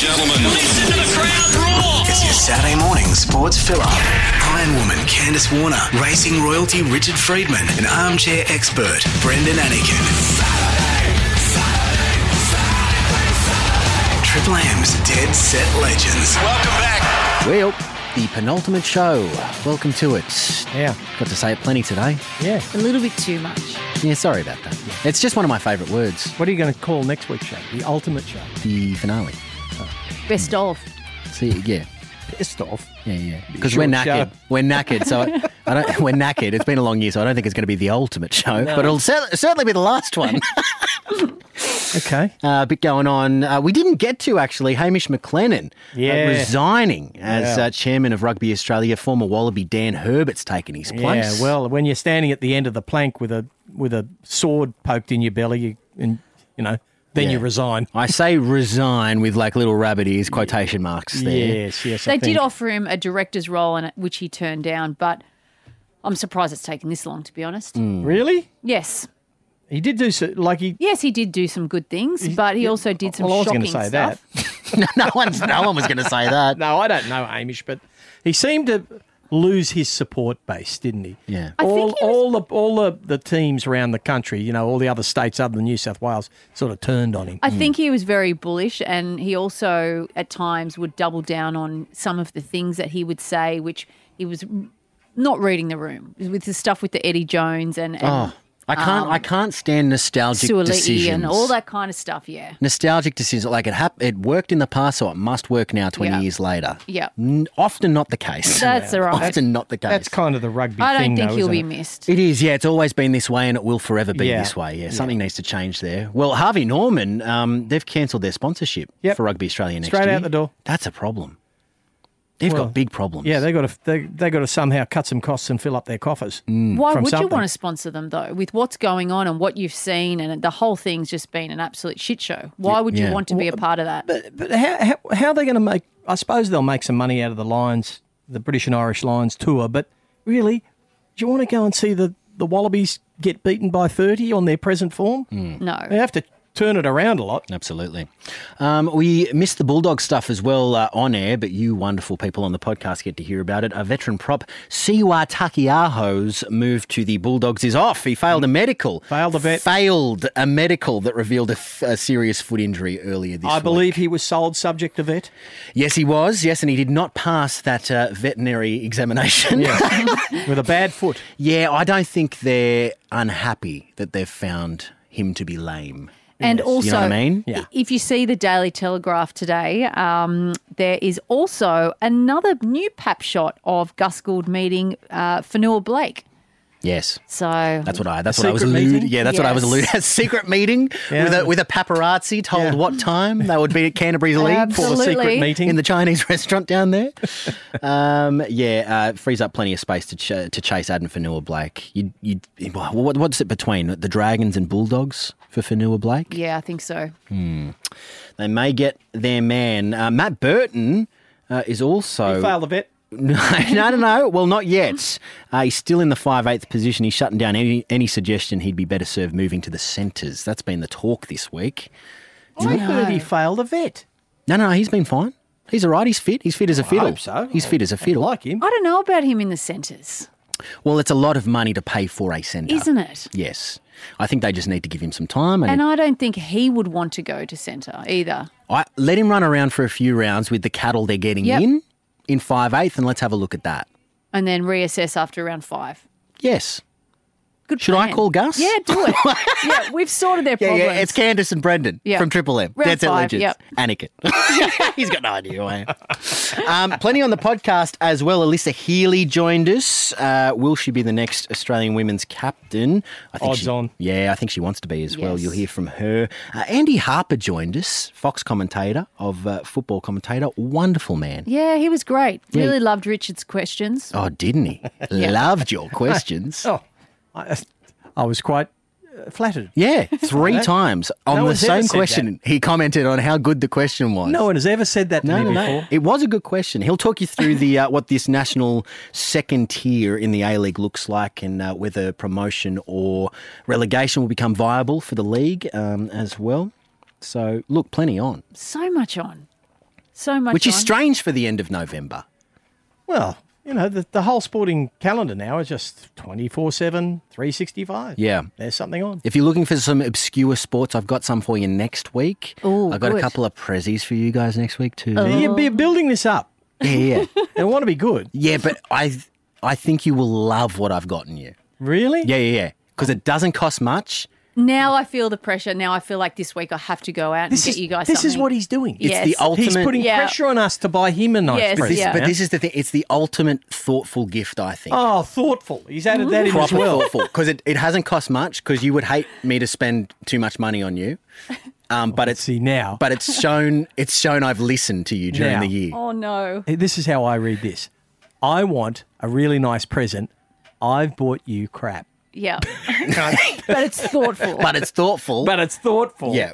gentlemen. Listen to the crowd roar. It's your Saturday morning sports filler. Iron Woman Candice Warner, racing royalty Richard Friedman, and armchair expert Brendan Anakin. Triple M's Dead Set Legends. Welcome back. Well, the penultimate show. Welcome to it. Yeah. Got to say it plenty today. Yeah. A little bit too much. Yeah, sorry about that. It's just one of my favourite words, What are you going to call next week's show? The ultimate show. the finale. Best Mm. of. See, yeah, Pissed off. yeah, yeah. Because Short we're knackered. show. We're knackered. So I, I don't, we're knackered. It's been a long year, so I don't think it's going to be the ultimate show, but it'll cer- certainly be the last one. Okay. uh, a bit going on. Uh, we didn't get to actually Hamish McLennan uh, Yeah. resigning as Yeah. uh, chairman of Rugby Australia. Former Wallaby Dan Herbert's taken his place. Yeah. Well, when you're standing at the end of the plank with a with a sword poked in your belly, you, and you know, then you Yeah. resign. I say resign with like little rabbit ears quotation marks there. Yes. Yes. I They did think. offer him a director's role, and which he turned down. But I'm surprised it's taken this long, to be honest. Mm. Really? Yes, He did do so. Like he. yes, he did do some good things, but he also did some well, I was shocking going to say stuff. that. no one's no one was going to say that. No, I don't know Amish, but he seemed to lose his support base, didn't he? Yeah. I think All, he was- all the all the, the teams around the country, you know, all the other states other than New South Wales, sort of turned on him. I think he was very bullish, and he also at times would double down on some of the things that he would say, which he was not reading the room with the stuff with the Eddie Jones and, and Oh, I can't Um, I can't stand nostalgic Suoliti decisions and all that kind of stuff. Yeah, Nostalgic decisions like it hap- it worked in the past, so it must work now. Twenty Yeah. years later, Yeah. N- often not the case. That's Yeah. right. Often not the case. That's kind of the rugby I thing, don't think though, he'll isn't be it? missed. It is, yeah. It's always been this way, and it will forever be Yeah. this way. Yeah, something needs to change there. Well, Harvey Norman, um, they've cancelled their sponsorship Yep. for Rugby Australia next Straight year. out the door. That's a problem. They've Well, got big problems. Yeah, they got to they they got to somehow cut some costs and fill up their coffers. Why from would you something. want to sponsor them though? With what's going on and what you've seen, and the whole thing's just been an absolute shit show. Why would yeah. you want to be a part of that? But, but how, how how are they going to make? I suppose they'll make some money out of the Lions, the British and Irish Lions tour. But really, do you want to go and see the the Wallabies get beaten by thirty on their present form? no. They have to turn it around a lot. Absolutely. Um, we missed the Bulldog stuff as well uh, on air, but you wonderful people on the podcast get to hear about it. A veteran prop, Siwa Takiaho's move to the Bulldogs is off. He Mm. failed a medical. Failed a vet. Failed a medical that revealed a, f- a serious foot injury earlier this I week. believe he was sold subject to vet. Yes, he was. Yes, and he did not pass that uh, veterinary examination. Yeah. with a bad foot. I don't think they're unhappy that they've found him to be lame. And also, You know what I mean? Yeah. if you see the Daily Telegraph today, um, there is also another new pap shot of Gus Gould meeting uh, Fanua Blake. Yes. So That's what I. That's what I was secret alluding. meeting? Yeah, that's what I was Yes. alluding. A secret meeting Yeah. with a with a paparazzi told Yeah. what time they would be at Canterbury's League For the for Absolutely. secret meeting. in the Chinese restaurant down there. um, yeah, uh, frees up plenty of space to ch- to chase Adam Fanua Blake. You you what, what's it between the Dragons and Bulldogs for Fanua Blake? yeah, I think so. They may get their man. Uh, Matt Burton uh, is also He failed the vet. no, no, no, no. Well, not yet. Uh, he's still in the 5'8th position. He's shutting down any, any suggestion he'd be better served moving to the centres. That's been the talk this week. I heard he failed a vet. No, no, no. He's been fine. He's all right. He's fit. He's fit as a fiddle. hope so. He's fit as a fiddle. Like him. I don't know about him in the centres, Well, it's a lot of money to pay for a centre. isn't it? Yes. I think they just need to give him some time. And And, I don't think he would want to go to centre either. I, let him run around for a few rounds with the cattle they're getting Yep. in, in 5'8", and let's have a look at that. And then reassess after round five. Yes. Good. Should I plan. call Gus? Yeah, do it. yeah, we've sorted their Yeah, problems. yeah, it's Candace and Brendan Yeah. from Triple M. Round That's our five, legends. yep. Anakin. He's got no idea who I am. Um, plenty on the podcast as well. Alyssa Healy joined us. Uh, will she be the next Australian women's captain? I Odds she- on. Yeah, I think she wants to be as well. Yes. You'll hear from her. Uh, Andy Harper joined us, Fox commentator of uh, football commentator. Wonderful man. yeah, he was great. Really loved Richard's questions. Oh, didn't he? Loved your questions. Oh, I, I was quite uh, flattered. Yeah, three times on No the one's ever same said question. He commented on how good the question was. No one has ever said that to me before. It was a good question. He'll talk you through the uh, what this national second tier in the A League looks like, and uh, whether promotion or relegation will become viable for the league um, as well. So, look, plenty on. So much on. So much. which is on. strange for the end of November. Well, you know, the, the whole sporting calendar now is just 24 7, 365. Yeah. There's something on. If you're looking for some obscure sports, I've got some for you next week. Ooh, I've got a good. Oh. couple of prezzies for you guys next week too. You're, you're building this up. Yeah, yeah, yeah. They want to be good. yeah. But I, I think you will love what I've gotten you. Really? Yeah, yeah, yeah. Because it doesn't cost much. Now I feel the pressure. Now I feel like this week I have to go out This and is, get you guys. this is something. what he's doing. It's the Yes. ultimate- He's putting Yeah. pressure on us to buy him a nice Yes, But present. this, Yeah. but this is the thing. It's the ultimate thoughtful gift, I think. Oh, thoughtful. He's added that in as Proper well. thoughtful because it, it hasn't cost much because you would hate me to spend too much money on you. Um, but it's See now. but it's shown it's shown I've listened to you during Now. the year. Oh no. this is how I read this. I want a really nice present. I've bought you crap. Yeah. but it's thoughtful. But it's thoughtful. But it's thoughtful. yeah.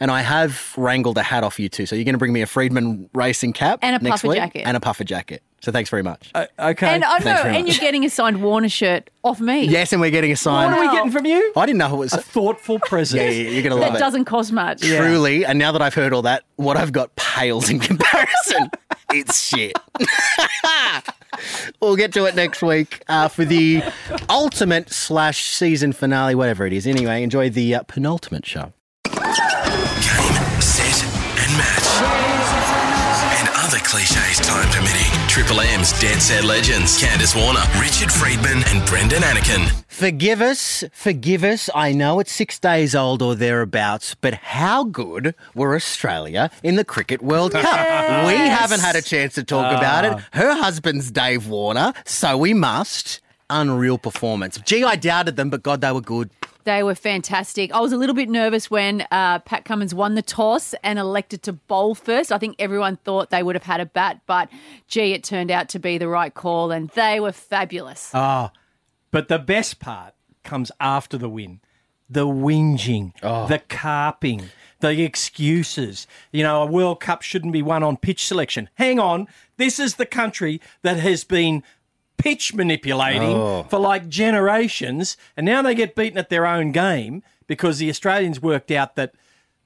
And I have wrangled a hat off you too. So you're going to bring me a Friedman racing cap And a next puffer week jacket. and a puffer jacket. So thanks very much. Uh, okay. and I know, Thanks very and much. you're getting a signed Warner shirt off me. yes, and we're getting a sign. what are we Wow. getting from you? I didn't know it was. A thoughtful present. yeah, yeah, you're going to love Oh. That it. doesn't cost much. Yeah. Truly, and now that I've heard all that, what I've got pales in comparison. it's shit. we'll get to it next week uh, for the ultimate slash season finale, whatever it is. Anyway, enjoy the uh, penultimate show. Game, set, and match. And other cliches time permitting. Triple M's Dead Set Legends. Candace Warner, Richard Friedman, and Brendan Anakin. Forgive us, forgive us. I know it's six days old or thereabouts, but how good were Australia in the Cricket World Cup? We haven't had a chance to talk about Ah. it. Her husband's Dave Warner, so we must. Unreal performance. Gee, I doubted them, but God, they were good. They were fantastic. I was a little bit nervous when uh, Pat Cummins won the toss and elected to bowl first. I think everyone thought they would have had a bat, but gee, it turned out to be the right call, and they were fabulous. Oh, But the best part comes after the win. The whinging, the carping, the excuses. You know, a World Cup shouldn't be won on pitch selection. Hang on. This is the country that has been pitch manipulating for like generations. And now they get beaten at their own game because the Australians worked out that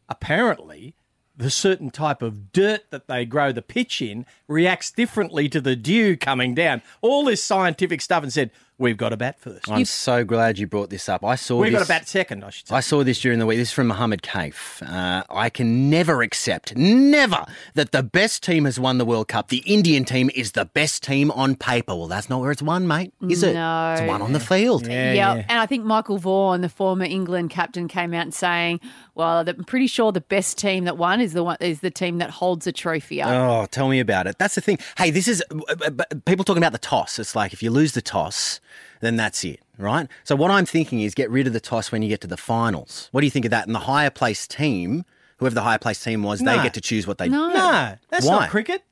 apparently the certain type of dirt that they grow the pitch in reacts differently to the dew coming down. All this scientific stuff and said, we've got to bat first. I'm so glad you brought this up. I saw We've this. got to bat second, I should say. I saw this during the week. This is from Mohammed Kaif. Uh, I can never accept, never, that the best team has won the World Cup. The Indian team is the best team on paper. Well, that's not where it's won, mate, is it? No. It's won on the field. Yeah, and I think Michael Vaughan, the former England captain, came out and saying, "Well, that- I'm pretty sure the best team that won is the one is the team that holds a trophy up." Oh, tell me about it. That's the thing. Hey, this is uh, uh, but people talking about the toss. It's like if you lose the toss, then that's it, right? So what I'm thinking is get rid of the toss when you get to the finals. What do you think of that? And the higher placed team, whoever the higher placed team was, they No. get to choose what they No. No, that's Why? not cricket.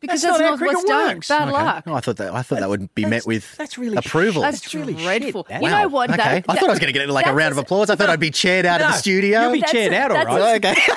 because that's that's, not how not cricket what's done. works. Bad Okay. luck. Oh, I thought that I thought that would be met that's- with that's really approval. shit. That's, That's really shit, dreadful. that. You Wow. know what? Okay. though? I thought I was going to get like a that's round of as- applause. I thought I'd be cheered out of No, the studio. you'll be That's chaired a- out, all that's right. a- okay.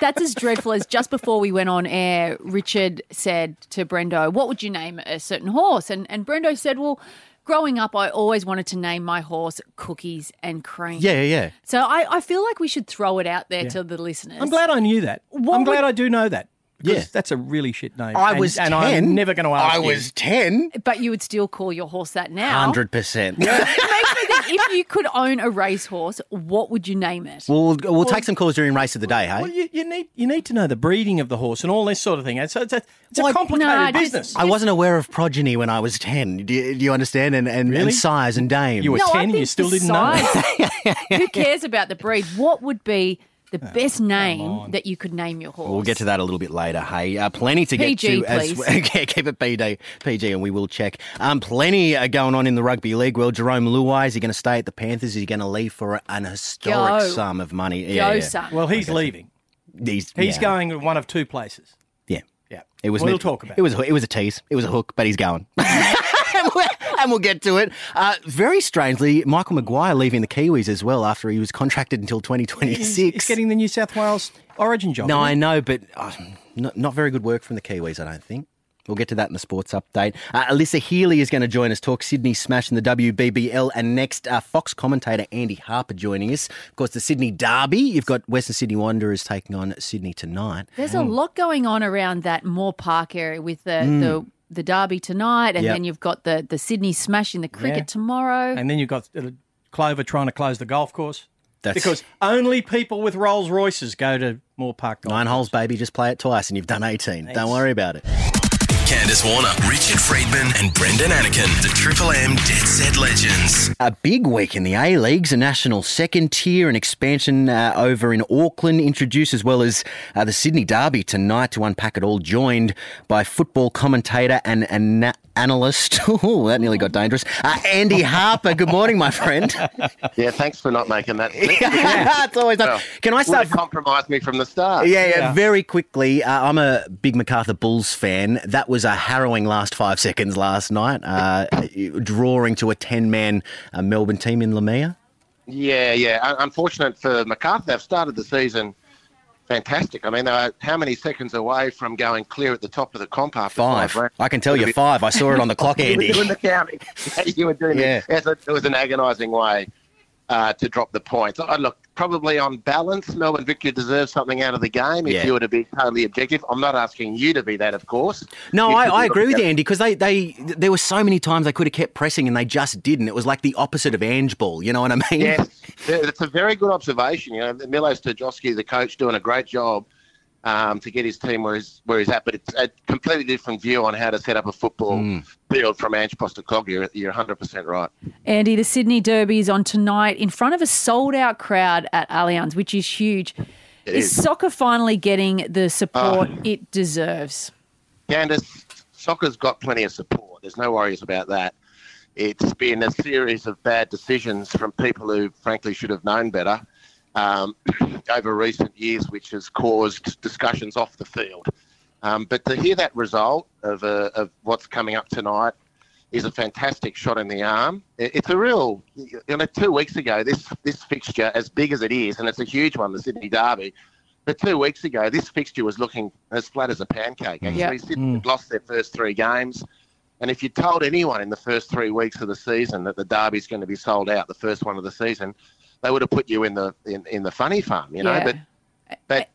That's as dreadful as just before we went on air, Richard said to Brendo, What would you name a certain horse? And, and Brendo said, Well, growing up, I always wanted to name my horse Cookies and Cream. yeah, yeah, yeah. So I, I feel like we should throw it out there to the listeners. I'm glad I knew that. I'm glad I do know that. Because Yeah. that's a really shit name. I and, was and 10. I'm never going to ask I you. was 10. But you would still call your horse that now. 100%. It makes me think if you could own a racehorse, what would you name it? We'll, we'll, take some calls during race of the day, hey? Well, you, you need you need to know the breeding of the horse and all this sort of thing. And so it's a, it's a complicated no, I just- business. I wasn't aware of progeny when I was 10. Do you, do you understand? And, and, Really? and size and dame. You were No, I 10, you think still didn't know. besides- Who cares about the breed? What would be the Oh, best name that you could name your horse? We'll get to that a little bit later. Hey, uh, plenty to PG, get to as please. well. Okay, keep it PD, PG, and we will check. Um, plenty uh, going on in the rugby league. Well, Jerome Luai is he going to stay at the Panthers? Is he going to leave for an historic Go. sum of money? Go, son. Well, he's leaving. He's, He's yeah. going to one of two places. Yeah, Yeah. it was. we'll meant- talk about It was. a- It was a tease. It was a hook, but he's going. and, we'll, and we'll get to it. Uh, very strangely, Michael Maguire leaving the Kiwis as well after he was contracted until twenty twenty He's, six. he's getting the New South Wales Origin job. No, isn't um, I know, but uh, not, not very good work from the Kiwis, I don't think. We'll get to that in the sports update. Uh, Alyssa Healy is going to join us, talk Sydney Smash and the WBBL. And next, uh, Fox commentator Andy Harper joining us. Of course, the Sydney Derby. You've got Western Sydney Wanderers taking on Sydney tonight. There's a lot going on around that Moore Park area with the the, the derby tonight, and Yep. then you've got the the Sydney Smash in the cricket Yeah. tomorrow. And then you've got uh, Clover trying to close the golf course. That's Because only people with Rolls Royces go to Moore Park Golf. nine holes, baby. Just play it twice and you've done 18. Don't worry about it. Candace Warner, Richard Friedman, and Brendan Anakin, the Triple M Dead Set Legends. A big week in the A Leagues, a national second tier, an expansion uh, over in Auckland introduced, as well as uh, the Sydney Derby tonight to unpack it all. Joined by football commentator and an analyst. Ooh, that nearly got dangerous. Uh, Andy Harper. Good morning, my friend. Yeah, thanks for not making that. it's always up. Well, Can I start? Would have compromised me from the start. Yeah, yeah, Yeah. very quickly. Uh, I'm a big MacArthur Bulls fan. That was a harrowing last five seconds last night, uh, drawing to a 10 man uh, Melbourne team in Lamia. yeah, yeah. Un- Unfortunate for MacArthur, they've started the season fantastic. I mean, they were how many seconds away from going clear at the top of the comp after five? Five. rounds? I can tell you five. I saw it on the clock, You were Andy. doing the counting. you were doing Yeah. it. Yes, it. It was an agonising way uh, to drop the points. I look probably on balance, Melbourne Victory deserves something out of the game. If Yeah. you were to be totally objective, I'm not asking you to be that, of course. No, You I, could I be agree with looking you, at- Andy, because they, they there were so many times they could have kept pressing and they just didn't. It was like the opposite of Ange Ball. You know what I mean? Yes, it's a very good observation. You know, Milo Stojowski, the coach, doing a great job um, to get his team where he's, where he's at, but it's a completely different view on how to set up a football field from Ange Postacoglu. You're, you're 100% right. Andy, the Sydney Derby is on tonight in front of a sold out crowd at Allianz, which is huge. Is is. soccer finally getting the support it deserves? Candace, soccer's got plenty of support. There's no worries about that. It's been a series of bad decisions from people who, frankly, should have known better um, over recent years, which has caused discussions off the field. Um, but to hear that result of, uh, of what's coming up tonight is a fantastic shot in the arm. It- It's a real, you know, two weeks ago, this, this fixture, as big as it is, and it's a huge one, the Sydney Derby, but two weeks ago, this fixture was looking as flat as a pancake. Actually, Yeah. Sydney had lost their first three games. And if you told anyone in the first three weeks of the season that the derby's going to be sold out, the first one of the season, they would have put you in the in, in the funny farm, you know. Yeah. But but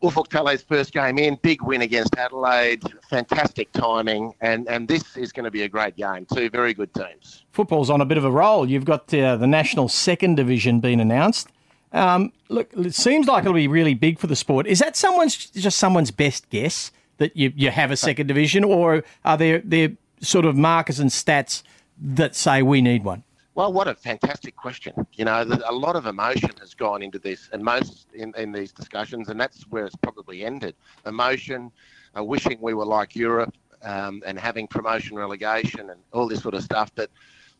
Ufuk Tale's first game in, big win against Adelaide, fantastic timing, and and this is going to be a great game. Two very good teams. football's on a bit of a roll. You've got uh, the national second division being announced. Um, look, it seems like it'll be really big for the sport. Is that someone's just someone's best guess that you, you have a second division, or are there there sort of markers and stats that say we need one? Well, what a fantastic question. You know, th- a lot of emotion has gone into this, and most in, in these discussions, and that's where it's probably ended. Emotion, uh, wishing we were like Europe, um, and having promotion relegation and all this sort of stuff. But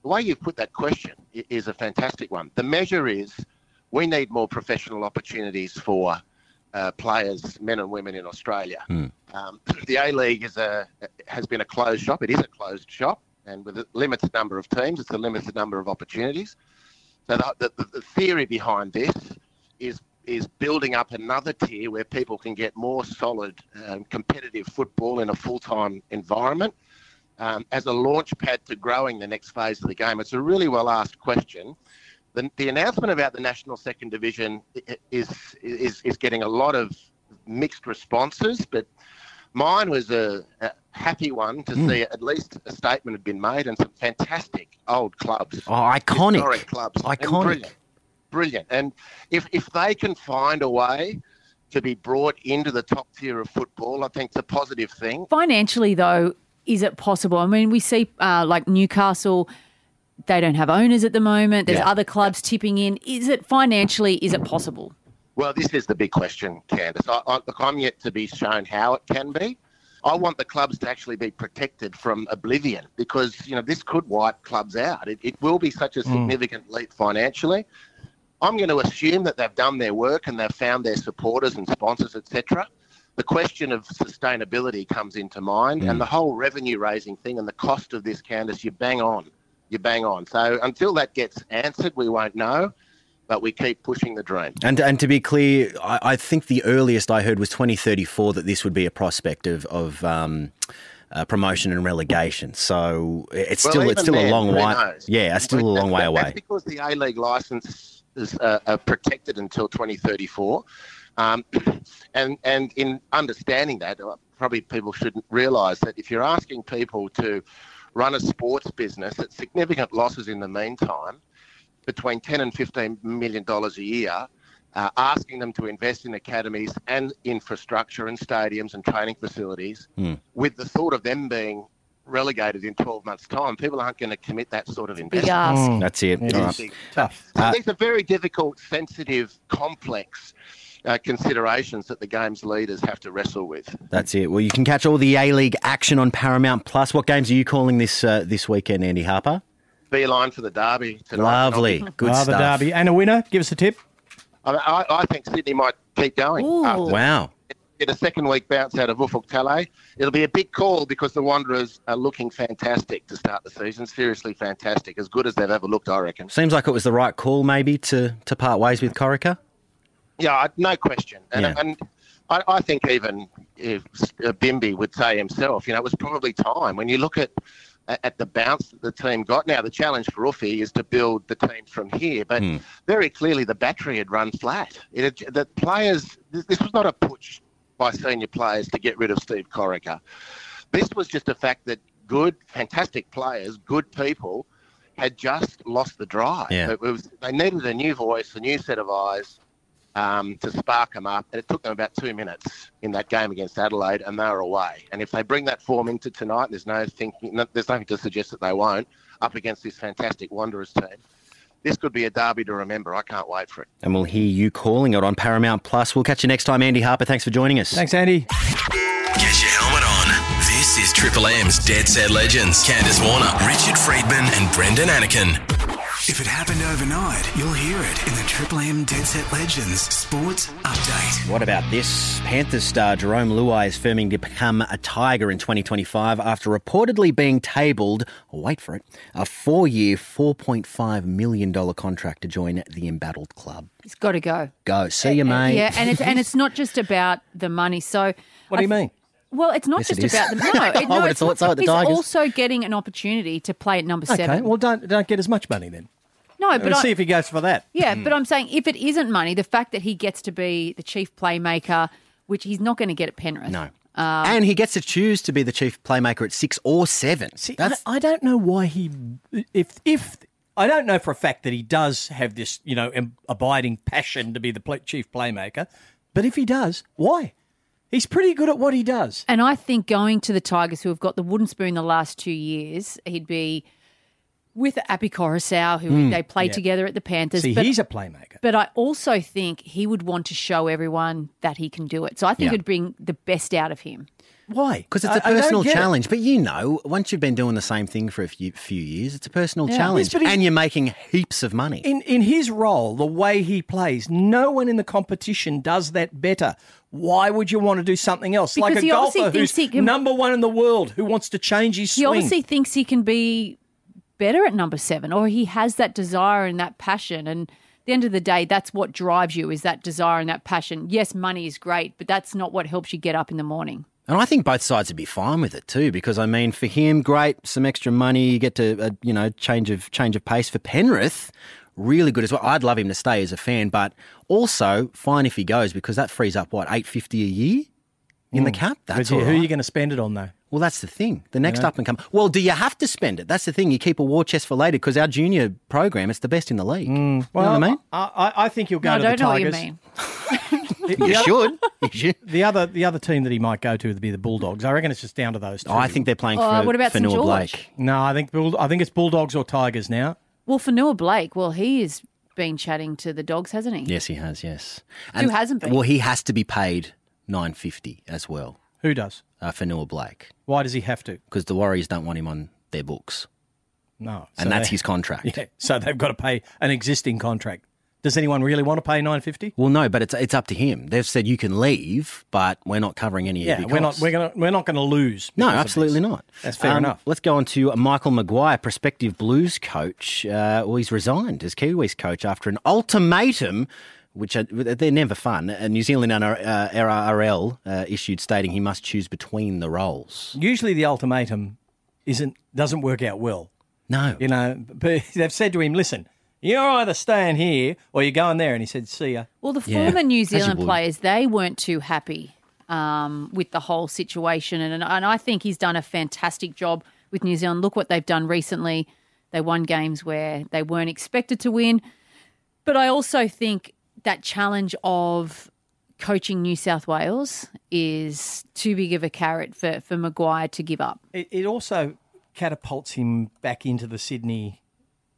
the way you've put that question i- is a fantastic one. The measure is we need more professional opportunities for uh, players, men and women in Australia. Um, the A League is a has been a closed shop. It is a closed shop, and with a limited number of teams, it's a limited number of opportunities. So the, the, the theory behind this is is building up another tier where people can get more solid um, competitive football in a full time environment um, as a launch pad to growing the next phase of the game. It's a really well asked question. The, the announcement about the national second division i- i- is is is getting a lot of mixed responses, but mine was a, a happy one to see at least a statement had been made and some fantastic old clubs Oh, iconic. historic clubs. and Iconic. Brilliant. Brilliant. And if, if they can find a way to be brought into the top tier of football, I think it's a positive thing. Financially, though, is it possible? I mean, we see uh, like Newcastle, they don't have owners at the moment. There's Yeah. other clubs tipping in. Is it financially, is it possible? Well, this is the big question, Candace. I, I, look, I'm yet to be shown how it can be. I want the clubs to actually be protected from oblivion because you know this could wipe clubs out. It, it will be such a significant leap financially. I'm going to assume that they've done their work and they've found their supporters and sponsors, etc. The question of sustainability comes into mind, and the whole revenue raising thing and the cost of this, Candace, you bang on, you bang on. So until that gets answered, we won't know, but we keep pushing the dream. And and to be clear, I, I think the earliest I heard was 2034 that this would be a prospect of of um, uh, promotion and relegation. So it's Well, still it's even still a then, long who way. knows? Yeah, it's still a Well, long way that- away. That's because the A League license is uh, uh, protected until 2034, um, and and in understanding that, uh, probably people shouldn't realise that if you're asking people to run a sports business at significant losses in the meantime, between 10 and 15 million dollars a year. Uh, asking them to invest in academies and infrastructure and stadiums and training facilities with the thought of them being relegated in 12 months' time, people aren't going to commit that sort of Big investment. ask. That's it. Mm. It All You right. is. see. Tough. Uh, So these are very difficult, sensitive, complex uh, considerations that the game's leaders have to wrestle with. That's it. Well, you can catch all the A League action on Paramount Plus. What games are you calling this uh, this weekend, Andy Harper? Beeline for the derby tonight. Lovely, good Ah, the stuff. derby. And a winner, give us a tip. I, I, I think Sydney might keep going. Ooh. after Wow. get a second week bounce out of Ufuk Talay. It'll be a big call because the Wanderers are looking fantastic to start the season. Seriously fantastic, as good as they've ever looked, I reckon. Seems like it was the right call, maybe to to part ways with Corica. Yeah, I- no question. And, Yeah. and I, I think even if uh, Bimby would say himself, you know, it was probably time. When you look at at the bounce that the team got. Now the challenge for Uffy is to build the team from here, but very clearly the battery had run flat. It had, the players, this this was not a push by senior players to get rid of Steve Corica. This was just a fact that good, fantastic players, good people, had just lost the drive. Yeah. It was, they needed a new voice, a new set of eyes um, to spark them up. And it took them about two minutes in that game against Adelaide, and they were away. And if they bring that form into tonight, there's no thinking, no, there's nothing to suggest that they won't. Up against this fantastic Wanderers team, this could be a derby to remember. I can't wait for it. And we'll hear you calling it on Paramount Plus. We'll catch you next time, Andy Harper. Thanks for joining us. Thanks, Andy. Get your helmet on. This is Triple M's Dead Set Legends. Candace Warner, Richard Friedman, and Brendan Anakin. If it happened overnight, you'll hear it in the Triple M Dead Set Legends Sports Update. What about this? Panthers star Jerome Luai is firming to become a Tiger in 2025 after reportedly being tabled, oh, wait for it, a four year, $4.5 million contract to join the embattled club. It's got to go. Go. See you, mate. Yeah, and it's and it's not just about the money. So What do you mean? Well, it's not Yes, just it is. Oh, about the no. It, I no would've it's thought not- so at the he's Tigers. also getting an opportunity to play at number Okay, seven. well, don't don't get as much money then. no, but Let's I, see if Hmm. he goes for that. yeah, but I'm saying if it isn't money, the fact that he gets to be the chief playmaker, which he's not going to get at Penrith. No. Um, and he gets to choose to be the chief playmaker at six or seven. See, That's I, I don't know why he if if I don't know for a fact that he does have this you know ab- abiding passion to be the pl- chief playmaker, but if he does, why? He's pretty good at what he does. And I think going to the Tigers, who have got the wooden spoon the last two years, he'd be with Appy Coruscant, who Hmm. they played together at the Panthers. See, but he's a playmaker. But I also think he would want to show everyone that he can do it. So I think Yeah. it'd bring the best out of him. Why? because it's a I- I don't personal get it. challenge. But you know, once you've been doing the same thing for a few, few years, it's a personal Yes, challenge. but he- and you're making heaps of money. In in his role, the way he plays, no one in the competition does that better. Why would you want to do something else? like Because a he obviously golfer who's thinks he can- number one in the world who wants to change his He swing. obviously thinks he can be better at number seven, or he has that desire and that passion. And at the end of the day, that's what drives you is that desire and that passion. Yes, money is great, but that's not what helps you get up in the morning. And I think both sides would be fine with it too, because I mean, for him, great, some extra money, you get to uh, you know change of change of pace. For Penrith, really good as well. I'd love him to stay as a fan, but also fine if he goes because that frees up what eight fifty a year in the cap. But That's who all are you right. going to spend it on though? Well, that's the thing. The next up and come. Well, do you have to spend it? That's the thing. You keep a war chest for later because our junior program, it's the best in the league. Mm. Well, you know what I mean? I, I, I think he'll go No, I to don't the know what you Tigers. mean. The- the You other- should. You should. The other, the other team that he might go to would be the Bulldogs. I reckon it's just down to those two. Oh, I think they're playing Uh, for, what about for St. Noah George? Blake. No, I think Bull, I think it's Bulldogs or Tigers now. Well, for Noah Blake, well, he has been chatting to the dogs, hasn't he? Yes, he has. Yes. Who hasn't been? Well, he has to be paid nine fifty as well Who does? uh, for Noah Blake Why does he have to? because the Warriors don't want him on their books, No, and So that's they- his contract. Yeah, so they've got to pay an existing contract. Does anyone really want to pay nine fifty? Well, no, but it's it's up to him. They've said you can leave, but we're not covering any of Yeah, your we're not costs. we're gonna we're not going to lose. No, because of absolutely this. not. Um, That's fair enough. Let's go on to Michael Maguire, prospective Blues coach. Uh, well, he's resigned as Kiwis coach after an ultimatum which are, they're never fun. A New Zealand NR, uh, NRRL uh, issued stating he must choose between the roles. Usually the ultimatum isn't doesn't work out well. No. You know, but they've said to him, listen, you're either staying here or you're going there. And he said, see ya. Well, the Yeah. former New As you Zealand would. players, they weren't too happy um, with the whole situation. And, and I think he's done a fantastic job with New Zealand. Look what they've done recently. They won games where they weren't expected to win. But I also think that challenge of coaching New South Wales is too big of a carrot for, for Maguire to give up. It, it also catapults him back into the Sydney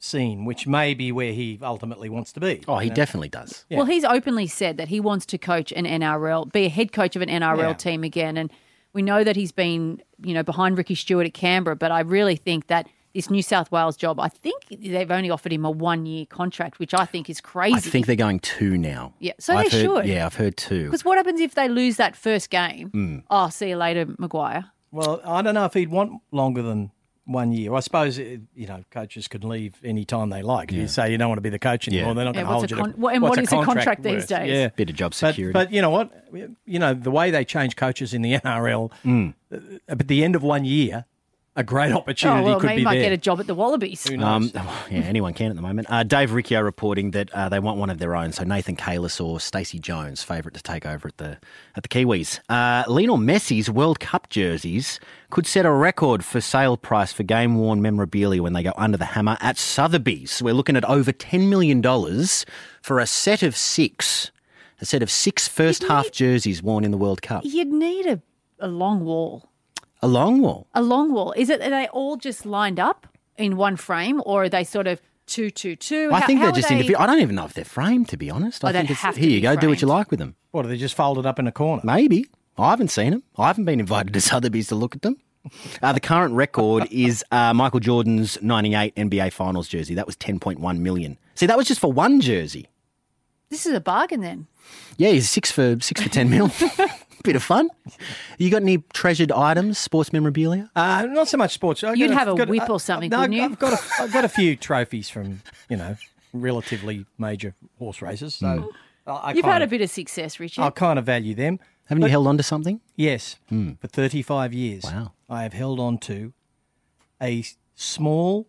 scene, which may be where he ultimately wants to be. Oh, he definitely does. Well, he's openly said that he wants to coach an NRL, be a head coach of an NRL Yeah. team again. And we know that he's been, you know, behind Ricky Stewart at Canberra, but I really think that this New South Wales job, I think they've only offered him a one year contract, which I think is crazy. I think they're going two now. Yeah, so I've they heard- should. Yeah, I've heard two. because what happens if they lose that first game? Oh, see you later, Maguire. Well, I don't know if he'd want longer than one year. I suppose, it, you know, coaches can leave any time they like. If you say you don't want to be the coach anymore, Yeah. they're not Yeah, going to hold what's a you to- con- what- and what's what is a contract worth? these days? Yeah. Bit of job But, security. but you know what? You know, the way they change coaches in the NRL, uh, at the end of one year, a great opportunity oh, well, could maybe be he might there. get a job at the Wallabies. Um, yeah, anyone can at the moment. Uh, Dave Riccio reporting that uh, they want one of their own, so Nathan Kalis or Stacey Jones, favourite to take over at the at the Kiwis. Uh, Lionel Messi's World Cup jerseys could set a record for sale price for game worn memorabilia when they go under the hammer at Sotheby's. We're looking at over ten million dollars for a set of six, a set of six first half jerseys worn in the World Cup. You'd need a, a long wall. A long wall. A long wall. Is it are they all just lined up in one frame, or are they sort of two, two, two? I How- think how they're are just they- individual. I don't even know if they're framed, to be honest. I Oh, they'd think it's, have to here you be go. Do what you framed. like with them. what, are they just folded up in a corner? Maybe. I haven't seen them. I haven't been invited to Sotheby's to look at them. Uh, the current record is uh, Michael Jordan's 98 NBA Finals jersey. That was 10.1 million. See, that was just for one jersey. This is a bargain then. Yeah, he's six for six for 10 mil. Bit of fun. You got any treasured items, sports memorabilia? Uh, not so much sports. I've You'd got have a got- whip I- or something, no, wouldn't you? I've got, a, I've got a few trophies from, you know, relatively major horse races. So I, I You've kind had a of- bit of success, Richard. I kind of value them. Haven't you held on to something? Yes, for 35 years. Hmm. Wow. I have held on to a s- small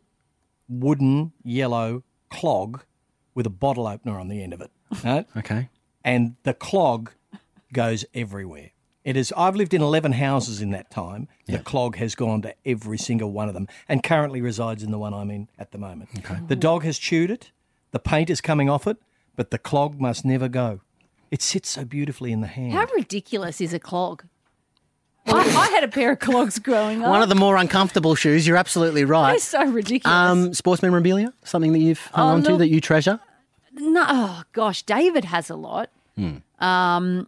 wooden yellow clog with a bottle opener on the end of it. right? Okay. and the clog goes everywhere. It is. I've lived in eleven houses in that time. The clog has gone to every single one of them, and currently resides in the one I'm in at the moment. The dog has chewed it. The paint is coming off it, but the clog must never go. It sits so beautifully in the hand. how ridiculous is a clog? I, I had a pair of clogs growing up. One of the more uncomfortable shoes. You're absolutely They're right. Uh, so ridiculous. Um, sports memorabilia, something that you've hung Oh, on to look. that you treasure. no, oh gosh, David has a lot. Um, and Hmm. Well,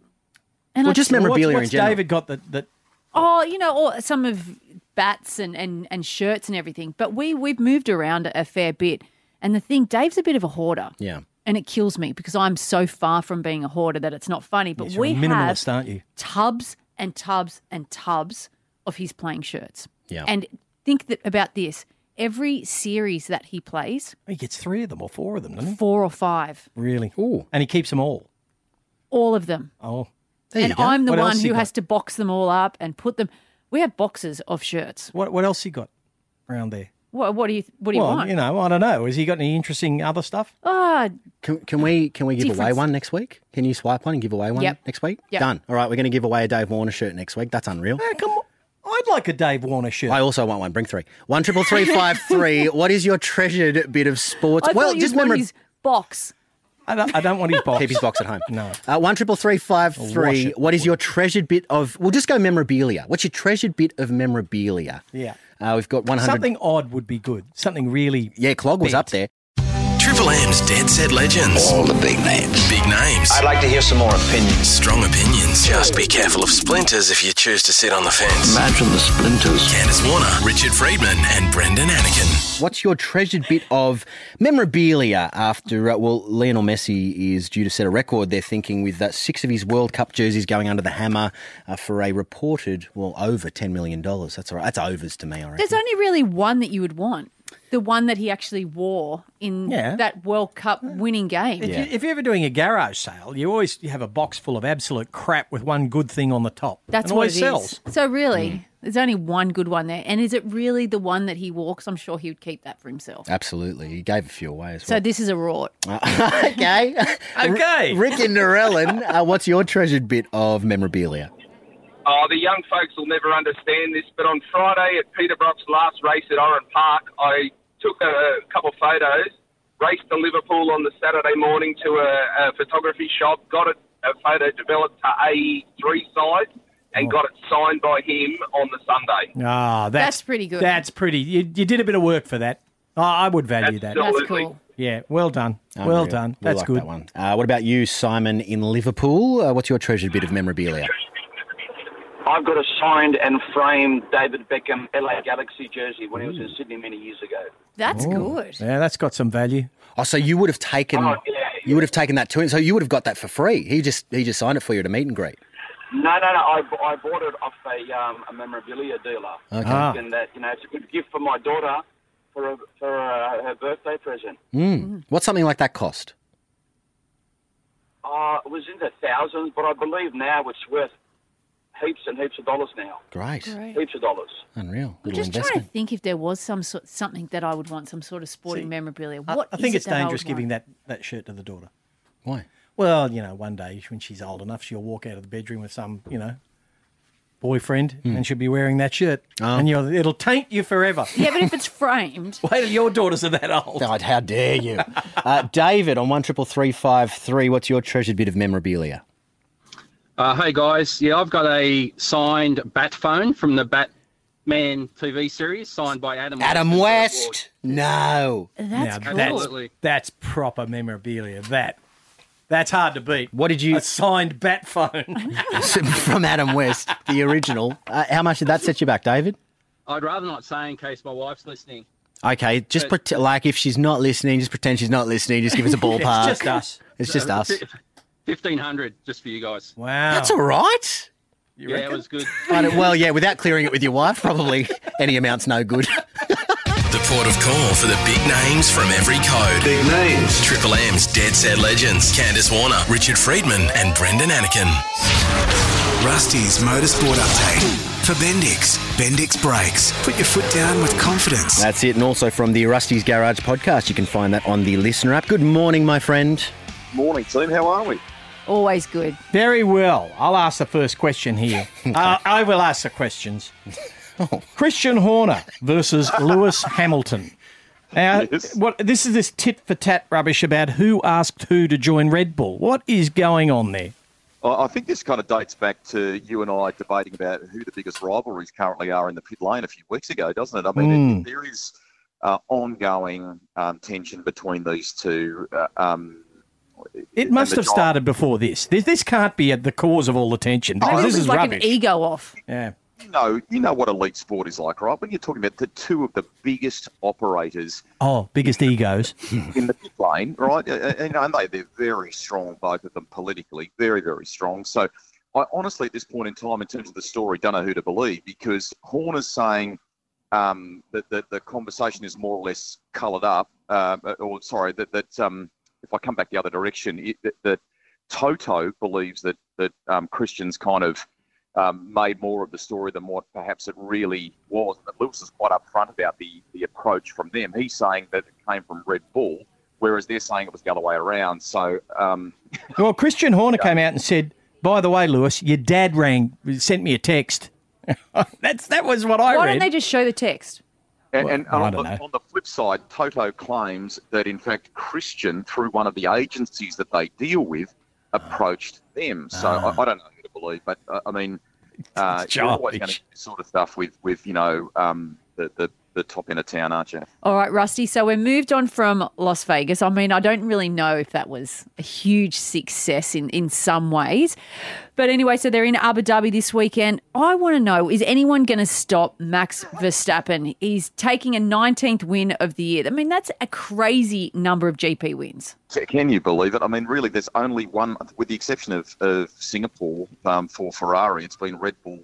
I just What's, just- memorabilia in what's general. David got that? that Oh, you know, all, some of bats and, and, and shirts and everything. But we we've moved around a fair bit. And the thing, Dave's a bit of a hoarder. Yeah. And it kills me because I'm so far from being a hoarder that it's not funny. But yes, we you're a have minimalist, aren't you? tubs and tubs and tubs of his playing shirts. Yeah. And think that about this. Every series that he plays, He gets three of them or four of them, doesn't he? four or five, Really? Ooh. And he keeps them all. all of them. Oh, There and you go. I'm the What one else you who got? has to box them all up and put them. We have boxes of shirts. what what else he got around there? What, what do you What do you well, want? you know, I don't know. Has he got any interesting other stuff? Ah, Can, can we can we give away Difference. one next week? Can you swipe one and give away one Yep. next week? Yep. Done. All right, we're going to give away a Dave Warner shirt next week. That's unreal. Hey, come on. I'd like a Dave Warner shirt. I also want one. Bring three. One triple three five three. What is your treasured bit of sports? I well, thought just you remember want his box. I don't, I don't want his box. keep his box at home. No. Uh, one triple three five wash three. it. What is your treasured bit of? We'll just go memorabilia. What's your treasured bit of memorabilia? Yeah. Uh, we've got one hundred. Something odd would be good. Something really. Yeah, Clog was bent. up there. Triple M's Dead Set Legends. All the big names. Big names. I'd like to hear some more opinions. Strong opinions. Just be careful of splinters if you choose to sit on the fence. Imagine the splinters. Candace Warner, Richard Friedman, and Brendan Anakin. What's your treasured bit of memorabilia after, uh, well, Lionel Messi is due to set a record, they're thinking, with uh, six of his World Cup jerseys going under the hammer uh, for a reported, well, over $10 million. That's all right. That's overs to me, I reckon. There's only really one that you would want. the one that he actually wore in Yeah. that World Cup winning game. If, you, if you're ever doing a garage sale, you always you have a box full of absolute crap with one good thing on the top. That's and what always it is. sells. Mm. So really, there's only one good one there. And is it really the one that he walks? I'm sure he would keep that for himself. Absolutely. He gave a few away as So well. this is a rort. okay. Okay. Rick and Norellen, uh, what's your treasured bit of memorabilia? Oh, the young folks will never understand this, but on Friday at Peterbrooks' last race at Oran Park, I took a couple photos, raced to Liverpool on the Saturday morning to a, a photography shop, got it, a photo developed to A3 size, and got it signed by him on the Sunday. Ah, that's, That's pretty good. That's pretty. You, you did a bit of work for that. Oh, I would value that. Absolutely. That's cool. Yeah, well done. Well Unreal. done. We That's like good. That one. Uh, what about you, Simon, in Liverpool? Uh, what's your treasured bit of memorabilia? I've got a signed and framed David Beckham LA Galaxy jersey when he was in Sydney many years ago. That's good. Yeah, that's got some value. Oh, so you would have taken Oh, yeah, yeah. you would have taken that to him. So you would have got that for free. He just he just signed it for you at a meet and greet. No, no, no. I, I bought it off a, um, a memorabilia dealer. Okay. Ah. And that, you know, it's a good gift for my daughter for, a, for uh her birthday present. What's something like that cost? Uh, it was in the thousands, but I believe now it's worth heaps and heaps of dollars now. Great, Great. Heaps of dollars. unreal I'm little just trying investment. to think if there was some sort, something that I would want, some sort of sporting See, memorabilia. I- What I is think it it's that I dangerous would giving want? that, that shirt to the daughter. Why? Well, you know, one day when she's old enough, she'll walk out of the bedroom with some, you know, boyfriend, and she'll be wearing that shirt, and you'll, it'll taint you forever. Yeah, but if it's framed, Wait till your daughters are that old. God, how dare you, uh, David? On one triple three five three, what's your treasured bit of memorabilia? Uh, hey guys, yeah, I've got a signed bat phone from the Batman TV series, signed by Adam. Adam West. West. No. Now, that's cool. that's Absolutely. that's proper memorabilia. That that's hard to beat. What did you- A signed bat phone. from Adam West, the original. Uh, how much did that set you back, David? I'd rather not say in case my wife's listening. Okay, just pretend, like if she's not listening, just pretend she's not listening. Just give us a ballpark. it's just us. It's just us. Fifteen hundred, just for you guys. Wow. That's all right. yeah, it was good. I don't- uh, well, yeah, without clearing it with your wife, probably any amount's no good. The port of call for the big names from every code. Big names. Triple M's Dead Set Legends, Candace Warner, Richard Friedman, and Brendan Anakin. Rusty's motorsport update. For Bendix, Bendix Brakes. Put your foot down with confidence. That's it. And also from the Rusty's Garage podcast, you can find that on the listener app. Good morning, my friend. Morning, team. How are we? always good. Very well. I'll ask the first question here. uh, I will ask the questions. Christian Horner versus Lewis Hamilton. Now, what this is this tit for tat rubbish about who asked who to join Red Bull. What is going on there? I think this kind of dates back to you and I debating about who the biggest rivalries currently are in the pit lane a few weeks ago, doesn't it? I mean, Hmm. it- there is uh, ongoing um, tension between these two. Uh, um, It must the have job. started before this. this. This can't be at the cause of all the tension because This this was is like rubbish. an e- ego off. yeah. you know, you know what elite sport is like, right? When you're talking about the two of the biggest operators Oh, biggest egos. in the pit lane, right? And, and, and they, they're very strong, both of them politically, very, very strong. So I honestly, at this point in time, in terms of the story, don't know who to believe because Horner's saying um, that, that the conversation is more or less coloured up, uh, or sorry, that, that um, if I come back the other direction, it, that, that Toto believes that, that um, Christians kind of um, made more of the story than what perhaps it really was. But Lewis is quite upfront about the, the approach from them. He's saying that it came from Red Bull, whereas they're saying it was the other way around. So, um, Well, Christian Horner came out and said, "By the way, Lewis, your dad rang, sent me a text." That's that was what I Why read. don't they just show the text? and, and Well, I on, don't the, know. on the flip side, Toto claims that in fact Christian, through one of the agencies that they deal with, approached them. So I, I don't know who to believe, but uh, I mean, uh, Ah. It's you're always childish. going to do this sort of stuff with with you know um, the, the the top end of town, aren't you? All right, Rusty. So we're moved on from Las Vegas. I mean, I don't really know if that was a huge success in, in some ways. But anyway, so they're in Abu Dhabi this weekend. I want to know is anyone going to stop Max Verstappen? He's taking a 19th win of the year. I mean, that's a crazy number of GP wins. C- Can you believe it? I mean, really, there's only one, with the exception of, of Singapore um, for Ferrari, it's been Red Bull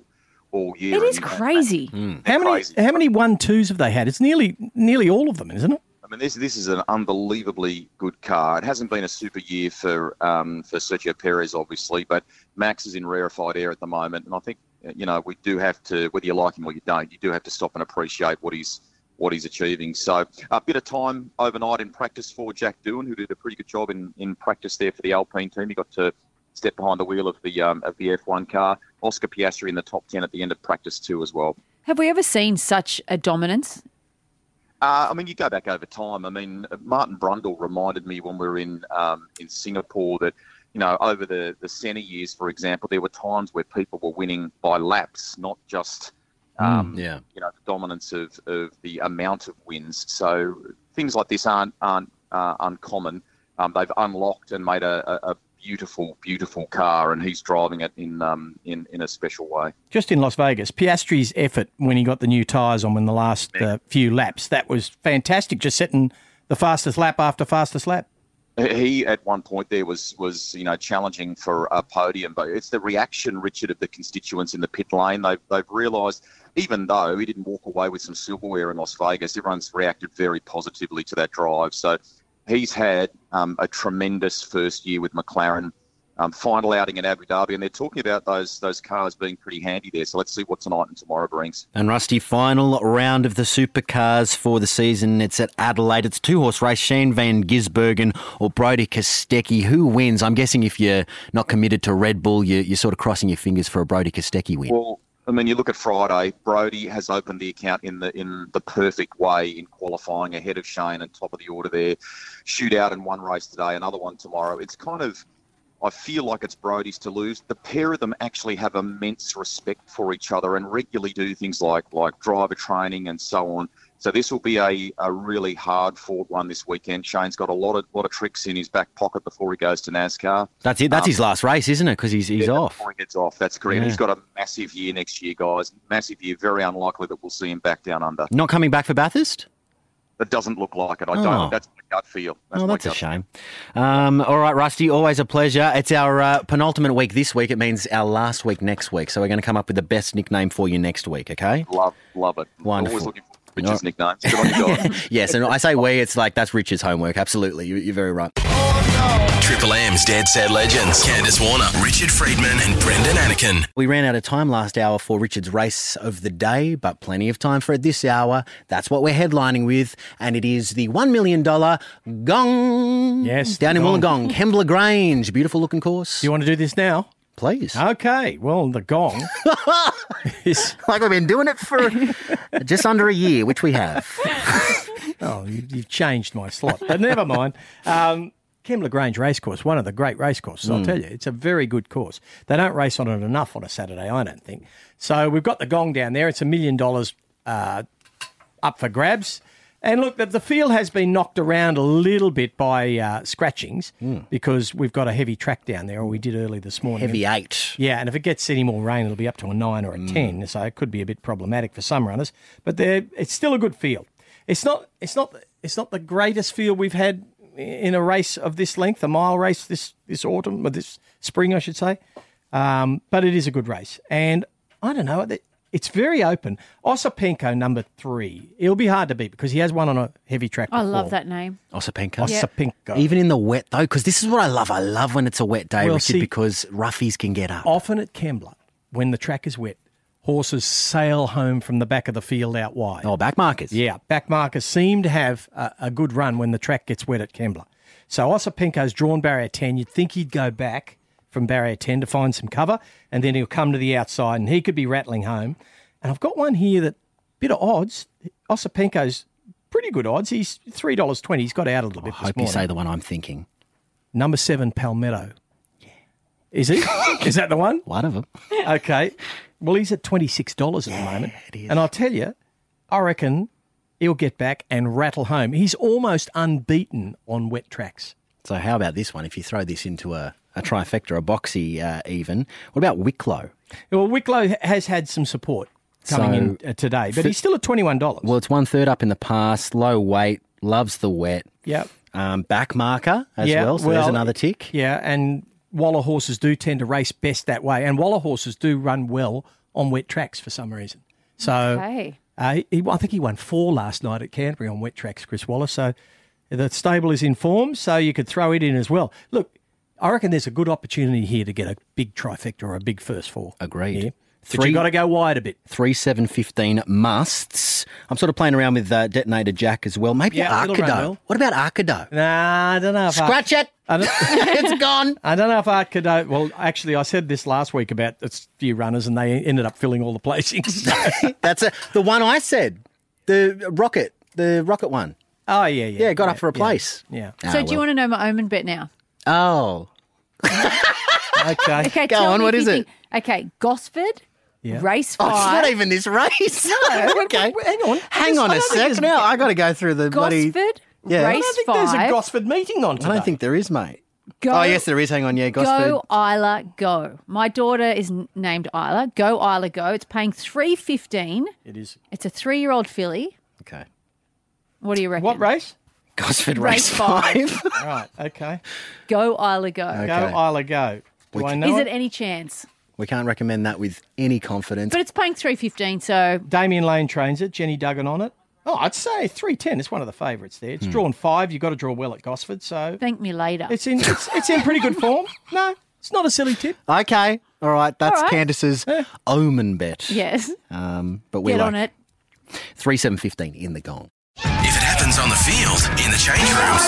all year. It is and- crazy. How many how many one twos have they had? It's nearly nearly all of them, isn't it? I mean, this this is an unbelievably good car. It hasn't been a super year for um, for Sergio Perez, obviously, but Max is in rarefied air at the moment, and I think uh, you know we do have to, whether you like him or you don't, you do have to stop and appreciate what he's what he's achieving. So a bit of time overnight in practice for Jack Doohan, who did a pretty good job in, in practice there for the Alpine team. He got to step behind the wheel of the um, of the F1 car. Oscar Piastri in the top ten at the end of practice too, as well. Have we ever seen such a dominance? Uh, I mean, you go back over time. I mean, Martin Brundle reminded me when we were in um, in Singapore that, you know, over the the Senna years, for example, there were times where people were winning by laps, not just um, yeah. you know the dominance of, of the amount of wins. So things like this aren't aren't uh, uncommon. Um, they've unlocked and made a, a, a beautiful, beautiful car, and he's driving it in um, in in a special way. Just in Las Vegas, Piastri's effort when he got the new tyres on in the last uh, few laps that was fantastic. Just setting the fastest lap after fastest lap. He at one point there was was you know challenging for a podium, but it's the reaction, Richard, of the constituents in the pit lane. They've they've realised even though he didn't walk away with some silverware in Las Vegas, everyone's reacted very positively to that drive. So he's had um, a tremendous first year with McLaren, um, final outing in Abu Dhabi, and they're talking about those those cars being pretty handy there. So let's see what tonight and tomorrow brings. And Rusty, final round of the supercars for the season. It's at Adelaide. It's two horse race. Shane van Gisbergen or Brody Kostecki. Who wins? I'm guessing if you're not committed to Red Bull, you, you're sort of crossing your fingers for a Brody Kostecki win. Well, I mean, you look at Friday. Brody has opened the account in the in the perfect way in qualifying ahead of Shane and top of the order there. Shootout in one race today, another one tomorrow. It's kind of I feel like it's Brody's to lose. The pair of them actually have immense respect for each other and regularly do things like like driver training and so on. So this will be a, a really hard fought one this weekend. Shane's got a lot of lot of tricks in his back pocket before he goes to NASCAR. That's it. That's Um, his last race, isn't it? Because he's, he's off. before he heads off. That's correct. Yeah. He's got a massive year next year, guys. Massive year. Very unlikely that we'll see him back down under. Not coming back for Bathurst? It doesn't look like it. I Oh. don't. That's my gut feel. That's oh, my that's a gut shame. Um, all right, Rusty, always a pleasure. It's our uh, penultimate week this week. It means our last week next week. So we're going to come up with the best nickname for you next week, okay? Love, love it. Wonderful. Always looking for All right. Richard's nicknames. Good on you guys. Yes, and I say we, it's like that's Richard's homework. Absolutely. You, you're very right. Triple M's Dead Set Legends. Candace Warner, Richard Friedman, and Brendan Anakin. We ran out of time last hour for Richard's race of the day, but plenty of time for it this hour. That's what we're headlining with, and it is the $1 million gong. Yes, Down in the Wollongong, Kembla Grange. Beautiful looking course. You want to do this now? Please. Okay. Well, the gong. is, like we've been doing it for just under a year, which we have. oh, you, you've changed my slot, but never mind. Um, Kembla Grange Racecourse, one of the great racecourses. I'll Mm. tell you, it's a very good course. They don't race on it enough on a Saturday, I don't think. So we've got the gong down there. It's a million dollars uh, up for grabs. And look, the, the field has been knocked around a little bit by uh, scratchings because we've got a heavy track down there, or we did early this morning. Heavy eight. Yeah, and if it gets any more rain, it'll be up to a nine or a ten, so it could be a bit problematic for some runners. But they're, it's still a good field. It's not. It's not. It's not the greatest field we've had in a race of this length, a mile race this this autumn or this spring, I should say. Um, but it is a good race, and I don't know. it- It's very open. Ossipenko number three. It'll be hard to beat because he has one on a heavy track. I love before. that name. Ossipenko. Yeah. Oh, Ossipenko. Even in the wet, though, because this is what I love. I love when it's a wet day, Well, Richard, see- Oh. because roughies can get up. Often at Kembla, when the track is wet, horses sail home from the back of the field out wide. Oh, back markers. Yeah, back markers seem to have a, a good run when the track gets wet at Kembla. So Ossipenko's drawn barrier 10. You'd think he'd go back from barrier 10 to find some cover, and then he'll come to the outside and he could be rattling home. And I've got one here that, bit of odds, Ossipenko's pretty good odds. He's $3.20. He's got out a little bit I this hope you morning. say the one I'm thinking. Number seven, Palmetto. Is he? is that the one? One of them. Okay. Well, he's at twenty six dollars at the moment, and I'll tell you, I reckon he'll get back and rattle home. He's almost unbeaten on wet tracks. So, how about this one? If you throw this into a, a trifecta, a boxy, uh, even, what about Wicklow? Well, Wicklow has had some support coming So- in uh, today, but he's still at twenty one dollars. Well, it's one third up in the pass, low weight, loves the wet. Yeah. Um, back marker as Yeah, well. So, there's well, another tick. Yeah, and Waller horses do tend to race best that way, and Waller horses do run well on wet tracks for some reason. So Okay. uh, he, I think he won four last night at Canterbury on wet tracks, Chris Wallace. So the stable is in form, so you could throw it in as well. Look, I reckon there's a good opportunity here to get a big trifecta or a big first four. Agreed. Yeah. But you got to go wide a bit. Three seven fifteen musts. I'm sort of playing around with uh, detonator jack as well. Maybe Yeah, it'll Arcado. run well. What about Arcado? Nah, I don't know. If Scratch I, it. I don't, it's gone. I don't know if Art could. uh, Well, actually, I said this last week about a few runners, and they ended up filling all the placings. That's a, the one I said. The rocket. The rocket one. Oh yeah, yeah. Yeah, got up for a place. Yeah. so do you want to know my omen bet now? to? Oh. okay. Okay, Go tell on. me What if is you it? think- Okay, Gosford, Yeah. race Oh, five. it's not even this race. No, okay. Hang on. Hang on a sec. Now I got to go through the bloody. Gosford, Yeah. I race I don't think five. there's a Gosford meeting on I today. don't think there is, mate. Go- oh yes, there is. Hang on. Yeah, Gosford. Go Isla Go. My daughter is n- named Isla. Go Isla Go. It's paying three fifteen. it is. It's a three year old filly. Okay. What do you reckon? What race? Gosford race, Race five. five. Right. Okay. Go Isla Go. Go Isla go. Do I know Is it? it any chance? we can't recommend that with any confidence. But it's paying three fifteen, so Damien Lane trains it. Jenny Duggan on it. Oh, I'd say three ten. It's one of the favourites there. It's drawn five. You've got to draw well at Gosford, so thank me later. it's in it's, it's in pretty good form. No, it's not a silly tip. Okay. All right. That's All right. Candace's omen bet. yes. Um, but we Get like on it. three seven fifteen in the gong. If it happens on the field, in the change rooms,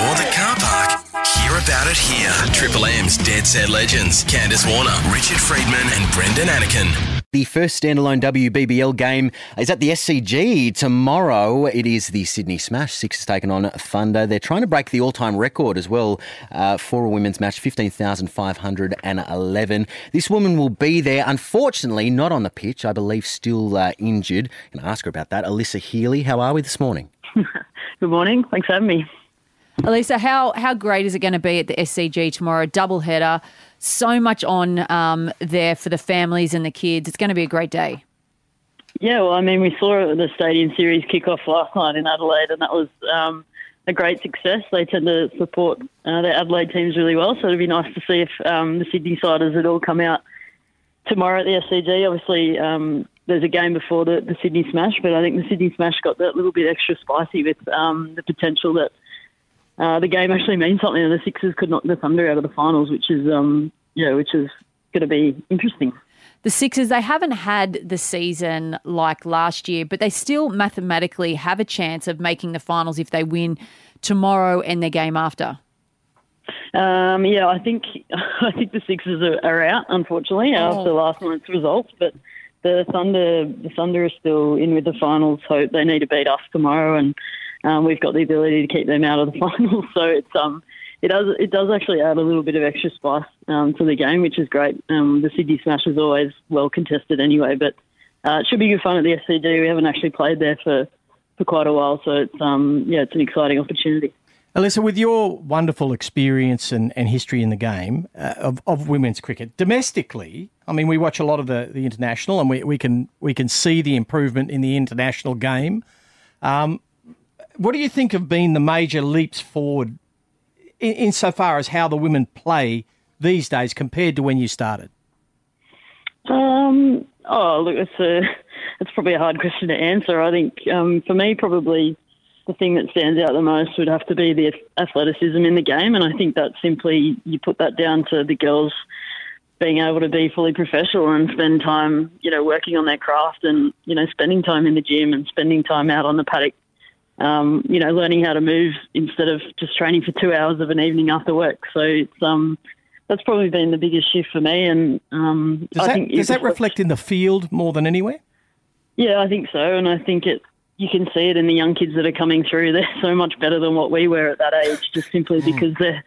or the car park, hear about it here. Triple M's Dead Set Legends, Candace Warner, Richard Friedman, and Brendan Anakin. The first standalone WBBL game is at the SCG tomorrow. It is the Sydney Smash. Six is taken on Thunder. They're trying to break the all-time record as well uh, for a women's match, fifteen thousand five hundred and eleven. This woman will be there, unfortunately, not on the pitch. I believe still uh, injured. Going to ask her about that. Alyssa Healy, how are we this morning? Good morning. Thanks for having me. Elisa, how how great is it going to be at the SCG tomorrow? Double header, so much on um, there for the families and the kids. It's going to be a great day. Yeah, well, I mean, we saw the Stadium Series kick off last night in Adelaide, and that was um, a great success. They tend to support uh, their Adelaide teams really well, so it'd be nice to see if um, the Sydney siders would all come out tomorrow at the SCG. Obviously, um, there's a game before the, the Sydney Smash, but I think the Sydney Smash got that little bit extra spicy with um, the potential that uh, the game actually means something, and the Sixers could knock the Thunder out of the finals, which is um, yeah, which is going to be interesting. The Sixers, they haven't had the season like last year, but they still mathematically have a chance of making the finals if they win tomorrow and their game after. Um, yeah, I think I think the Sixers are, are out, unfortunately, after last night's results. But the Thunder, the Thunder are still in with the finals hope. They need to beat us tomorrow, and um, we've got the ability to keep them out of the finals. So it's um, it does it does actually add a little bit of extra spice um, to the game, which is great. Um, the Sydney Smash is always well contested anyway, but uh, it should be good fun at the SCG. We haven't actually played there for for quite a while, so it's um, yeah, it's an exciting opportunity. Alyssa, with your wonderful experience and, and history in the game uh, of, of women's cricket domestically, I mean, we watch a lot of the, the international, and we, we can we can see the improvement in the international game. Um, what do you think have been the major leaps forward in, insofar as how the women play these days compared to when you started? Um, oh, look, it's a, it's probably a hard question to answer. I think um, for me, probably the thing that stands out the most would have to be the athleticism in the game, and I think that simply you put that down to the girls being able to be fully professional and spend time, you know, working on their craft and you know spending time in the gym and spending time out on the paddock. Um, you know, learning how to move instead of just training for two hours of an evening after work. So it's um, that's probably been the biggest shift for me. And um, Does I that, think it does that reflects- reflect in the field more than anywhere? yeah, I think so, and I think it. You can see it in the young kids that are coming through. They're so much better than what we were at that age, just simply because they're,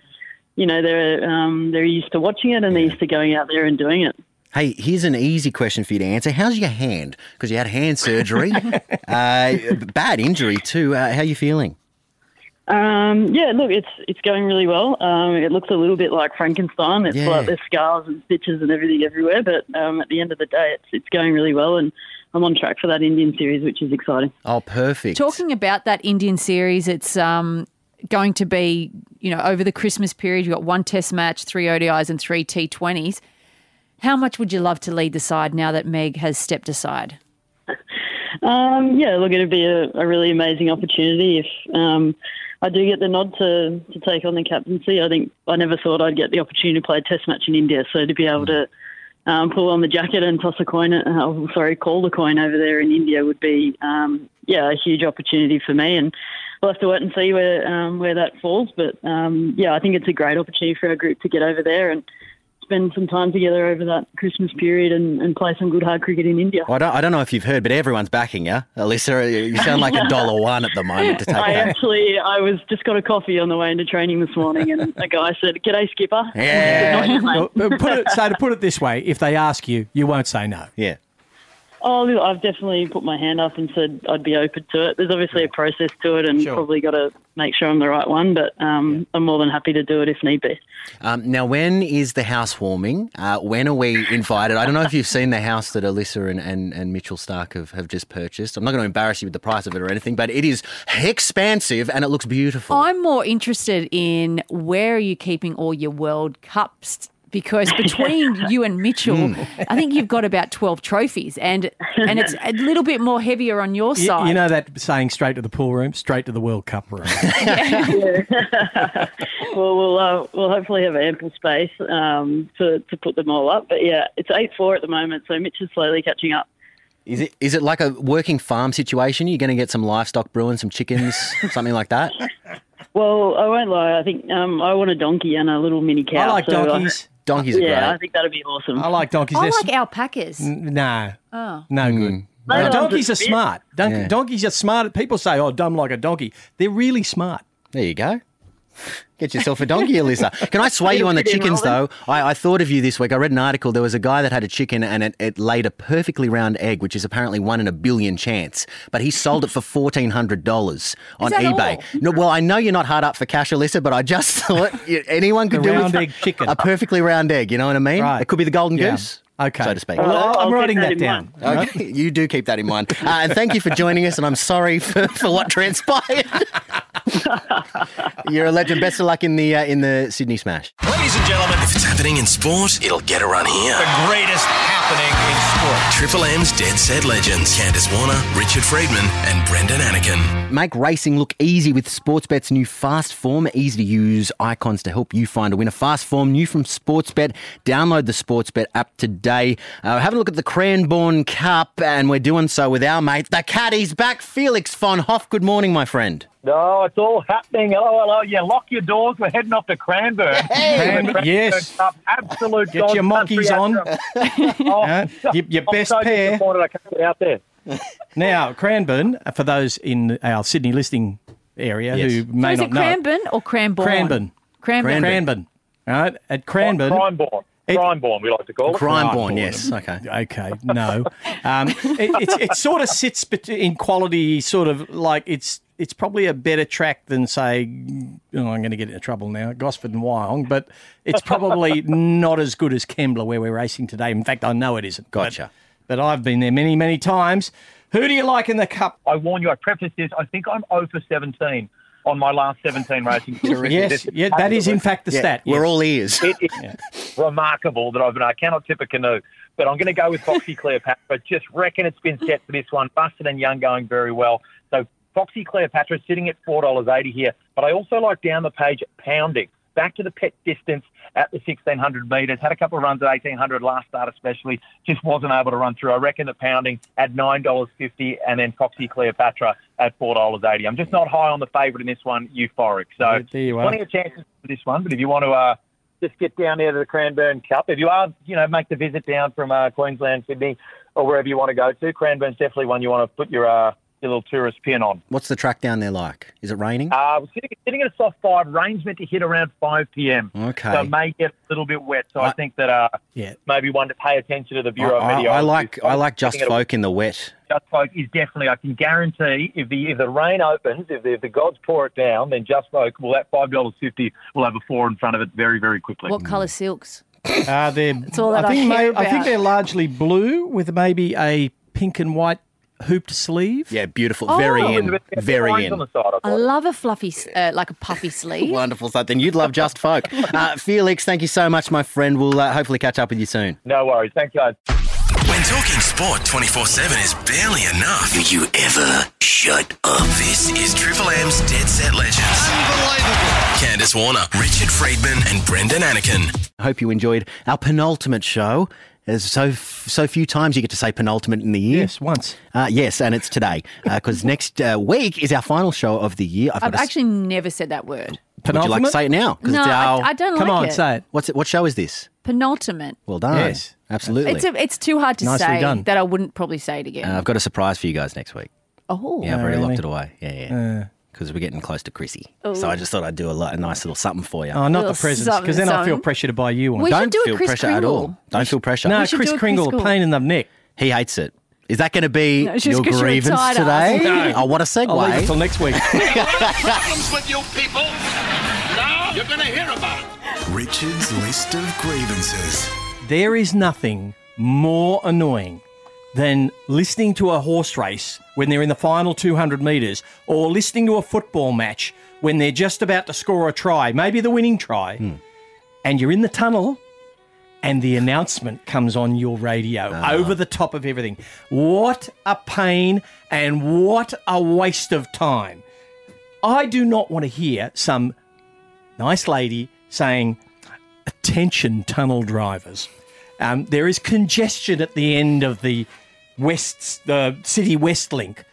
you know, they're um, they're used to watching it and they're used to going out there and doing it. Hey, here's an easy question for you to answer. How's your hand? Because you had hand surgery, uh, bad injury too. Uh, how you feeling? Um, yeah, look, it's it's going really well. Um, it looks a little bit like Frankenstein. It's Yeah. like there's scars and stitches and everything everywhere, but um, at the end of the day, it's it's going really well, and I'm on track for that Indian series, which is exciting. Oh, perfect. Talking about that Indian series, it's um, going to be, you know, over the Christmas period, you've got one test match, three ODIs, and three T20s. How much would you love to lead the side now that Meg has stepped aside? Um, yeah, look, it'd be a, a really amazing opportunity if um, I do get the nod to, to take on the captaincy. I think I never thought I'd get the opportunity to play a test match in India, so to be able to um, pull on the jacket and toss a coin, uh, oh, sorry, call the coin over there in India would be, um, yeah, a huge opportunity for me. And we'll have to wait and see where um, where that falls. But um, yeah, I think it's a great opportunity for our group to get over there and spend some time together over that Christmas period and, and play some good hard cricket in India. Well, I, don't, I don't know if you've heard, but everyone's backing you. Alyssa, you you sound like a dollar one at the moment to take I that. actually, I was just got a coffee on the way into training this morning, and a guy said, "G'day, skipper." Yeah. Good night, mate. Well, uh, put it, so to put it this way, if they ask you, you won't say no. Yeah. Oh, look, I've definitely put my hand up and said I'd be open to it. There's obviously a process to it, and probably got to make sure I'm the right one. But um, I'm more than happy to do it if need be. Um, now, when is the house warming? Uh, when are we invited? I don't know if you've seen the house that Alyssa and, and, and Mitchell Stark have, have just purchased. I'm not going to embarrass you with the price of it or anything, but it is expansive and it looks beautiful. I'm more interested in where are you keeping all your World Cups? Because between you and Mitchell, Mm. I think you've got about 12 trophies, and and it's a little bit more heavier on your You, side. you know that saying, straight to the pool room, straight to the World Cup room. well, we'll uh, we'll hopefully have ample space um, to to put them all up. But yeah, it's eight four at the moment, so Mitch is slowly catching up. Is it is it like a working farm situation? You're going to get some livestock brewing, some chickens, something like that? Well, I won't lie. I think um, I want a donkey and a little mini cow. I like so donkeys. Donkeys are yeah, great. I think that'd be awesome. I like donkeys. I They're like sm- alpacas. N- no, Oh. no good. They're No, the ones donkeys that are fit. smart. Don- Mm. Yeah. Donkeys are smart. People say, "Oh, dumb like a donkey." They're really smart. There you go. Get yourself a donkey, Alyssa. Can I sway you on the Fit in well chickens, though? I, I thought of you this week. I read an article. There was a guy that had a chicken and it, it laid a perfectly round egg, which is apparently one in a billion chance. But he sold it for $1,400 on that eBay. all? No, well, I know you're not hard up for cash, Alyssa, but I just thought y- anyone could The do with round egg chicken. A perfectly round egg, you know what I mean? Right. It could be the golden Yeah. goose. Okay. So to speak. Well, I'll- I'm I'll writing keep that that in down. mind. Okay. You do keep that in mind. Uh, and thank you for joining us. And I'm sorry for, for what transpired. You're a legend. Best of luck in the uh, in the Sydney Smash. Ladies and gentlemen, if it's happening in sport, it'll get a run here. The greatest happening in sport. Triple M's Dead Set Legends. Candace Warner, Richard Friedman, and Brendan Anakin. Make racing look easy with Sportsbet's new Fast Form, easy to use icons to help you find a winner. Fast Form, new from Sportsbet. Download the Sportsbet app today. Uh, have a look at the Cranbourne Cup, and we're doing so with our mate, the Caddy's back, Felix von Hoff. Good morning, my friend. No, Oh, it's all happening. Hello, hello. Yeah, lock your doors. We're heading off to Cranbourne. Cran- Cranbourne yes. Cup. Absolute Get your dog mockies country out on. there. Oh, Yeah, your- your I'm best so pair. disappointed I can't get out there. Now, Cranbourne, for those in our Sydney listing area Yes. who So may is not it know, it, Cranbourne or Cranbourne? Cranbourne. Cranbourne. Cranbourne. All right, at Cranbourne. Crimeborn. Crimeborn, we like to call it. Cranbourne. Okay. Okay. No. Um, it, it, it sort of sits bet- in quality, sort of like it's it's probably a better track than say, oh, I'm going to get into trouble now, Gosford and Wyong, but it's probably not as good as Kembla where we're racing today. In fact, I know it isn't. Gotcha. But, but I've been there many many times. Who do you like in the cup? I warn you, I preface this. I think I'm 0 for 17 on my last 17 racing. Yes, yeah, that is in fact the Yeah, stat, we're yes. all ears. It is remarkable that I've been. I cannot tip a canoe, but I'm going to go with Foxy Cleopatra. Just reckon it's been set for this one. Busted and Young going very well. So Foxy Cleopatra sitting at four dollars eighty here. But I also like down the page pounding back to the pet distance at the 1600 metres. Had a couple of runs at 1800 last start, especially. Just wasn't able to run through. I reckon the pounding at $9.50 and then Foxy Cleopatra at $4.80. I'm just not high on the favourite in this one, Euphoric. So there you are. plenty of chances for this one. But if you want to uh, just get down there to the Cranbourne Cup, if you are, you know, make the visit down from uh, Queensland, Sydney, or wherever you want to go to, Cranbourne's definitely one you want to put your, uh, your little tourist pin on. What's the track down there like? Is it raining? Uh, we're sitting, sitting at a soft five. Rain's meant to hit around 5 p.m. Okay. So it may get a little bit wet. So I, think that uh, yeah. maybe one to pay attention to the I, Bureau of I- Meteorology. I like I like just Sitting at a- folk in the wet. Just Folk is definitely, I can guarantee, if the if the rain opens, if the, if the gods pour it down, then Just Folk, well, that $5.50 will have a four in front of it very, very quickly. What colour silks? Uh, they're, all that I think care I think about. they're largely blue with maybe a pink and white hooped sleeve. Yeah, beautiful. Oh. Very in. Very in. I love a fluffy, s- uh, like a puffy sleeve. Wonderful stuff. Then you'd love Just Folk. Uh, Felix, thank you so much, my friend. We'll uh, hopefully catch up with you soon. No worries. Thanks, guys. When talking sport 24 7 is barely enough. Do you ever shut up? This is Triple M's Dead Set Legends. Unbelievable. Candace Warner, Richard Friedman, and Brendan Anakin. I hope you enjoyed our penultimate show. There's so so few times you get to say penultimate in the year. Yes, once. Uh, yes, and it's today because next uh, week is our final show of the year. I've got a s- actually never said that word. Would you like to say it now? 'Cause No, it's I- our, I don't Come like on, it. say it. What's it? What show is this? Penultimate. Well done. Yes. absolutely. It's a, it's too hard to Nicely say done. that I wouldn't probably say it again. Uh, I've got a surprise for you guys next week. oh, yeah, I've already locked it away. Yeah, yeah. Because we're getting close to Chrissy, so Oh. I just thought I'd do a, lot, a nice little something for you. Oh, not the presents, because then I feel pressure. pressure to buy you one. We Don't should do a feel Kris pressure at all. Kringle. Don't feel pressure. No, We should Chris do a Kris Kringle, Kringle. pain in the neck. He hates it. Is that going to be No, it's just your 'cause you're a grievance tight today? ass. No. Oh, what a segue! I'll leave it till next week. Problems with you people. Now you're going to hear about it. Richard's list of grievances. There is nothing more annoying than listening to a horse race when they're in the final 200 metres or listening to a football match when they're just about to score a try, maybe the winning try, Hmm. and you're in the tunnel and the announcement comes on your radio Ah. over the top of everything. What a pain and what a waste of time. I do not want to hear some nice lady saying, Attention, tunnel drivers. Um, there is congestion at the end of the West, the City West Link.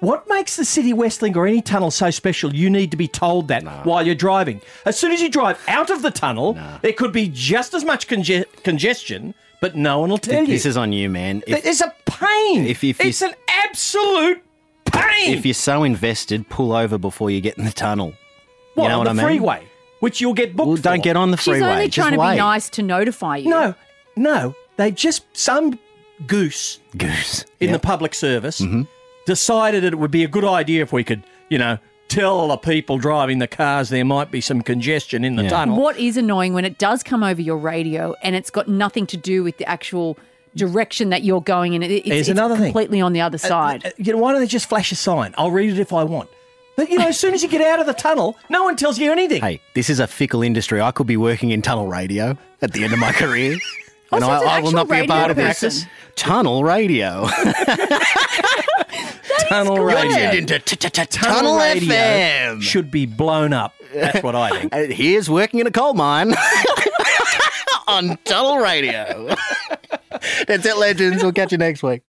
What makes the City West Link or any tunnel so special? You need to be told that while you're driving. As soon as you drive out of the tunnel, there could be just as much conge- congestion, but no one will tell you. This is on you, man. If, it's a pain. If- if you- it's an absolute pain. if you're so invested, pull over before you get in the tunnel. What, you know on what the I mean? freeway, which you'll get booked. Well, don't get on the She's freeway. only Just trying to wait. be nice to notify you. No, no. They just some goose goose in the public service Mm-hmm. decided it would be a good idea if we could, you know, tell the people driving the cars there might be some congestion in the tunnel. What is annoying when it does come over your radio and it's got nothing to do with the actual direction that you're going in? It, it's, There's it's another thing. completely on the other Uh, side. uh, you know, why don't they just flash a sign? I'll read it if I want. But you know, as soon as you get out of the tunnel, no one tells you anything. Hey, this is a fickle industry. I could be working in tunnel radio at the end of my career. And Also, I, it's an I will actual not be a radio part of this. person. Tunnel radio. tunnel radio. Tuned into t- t- t- Tunnel radio FM. should be blown up. That's what I think. And Here's Uh, working in a coal mine on Tunnel Radio. That's it, legends. We'll catch you next week.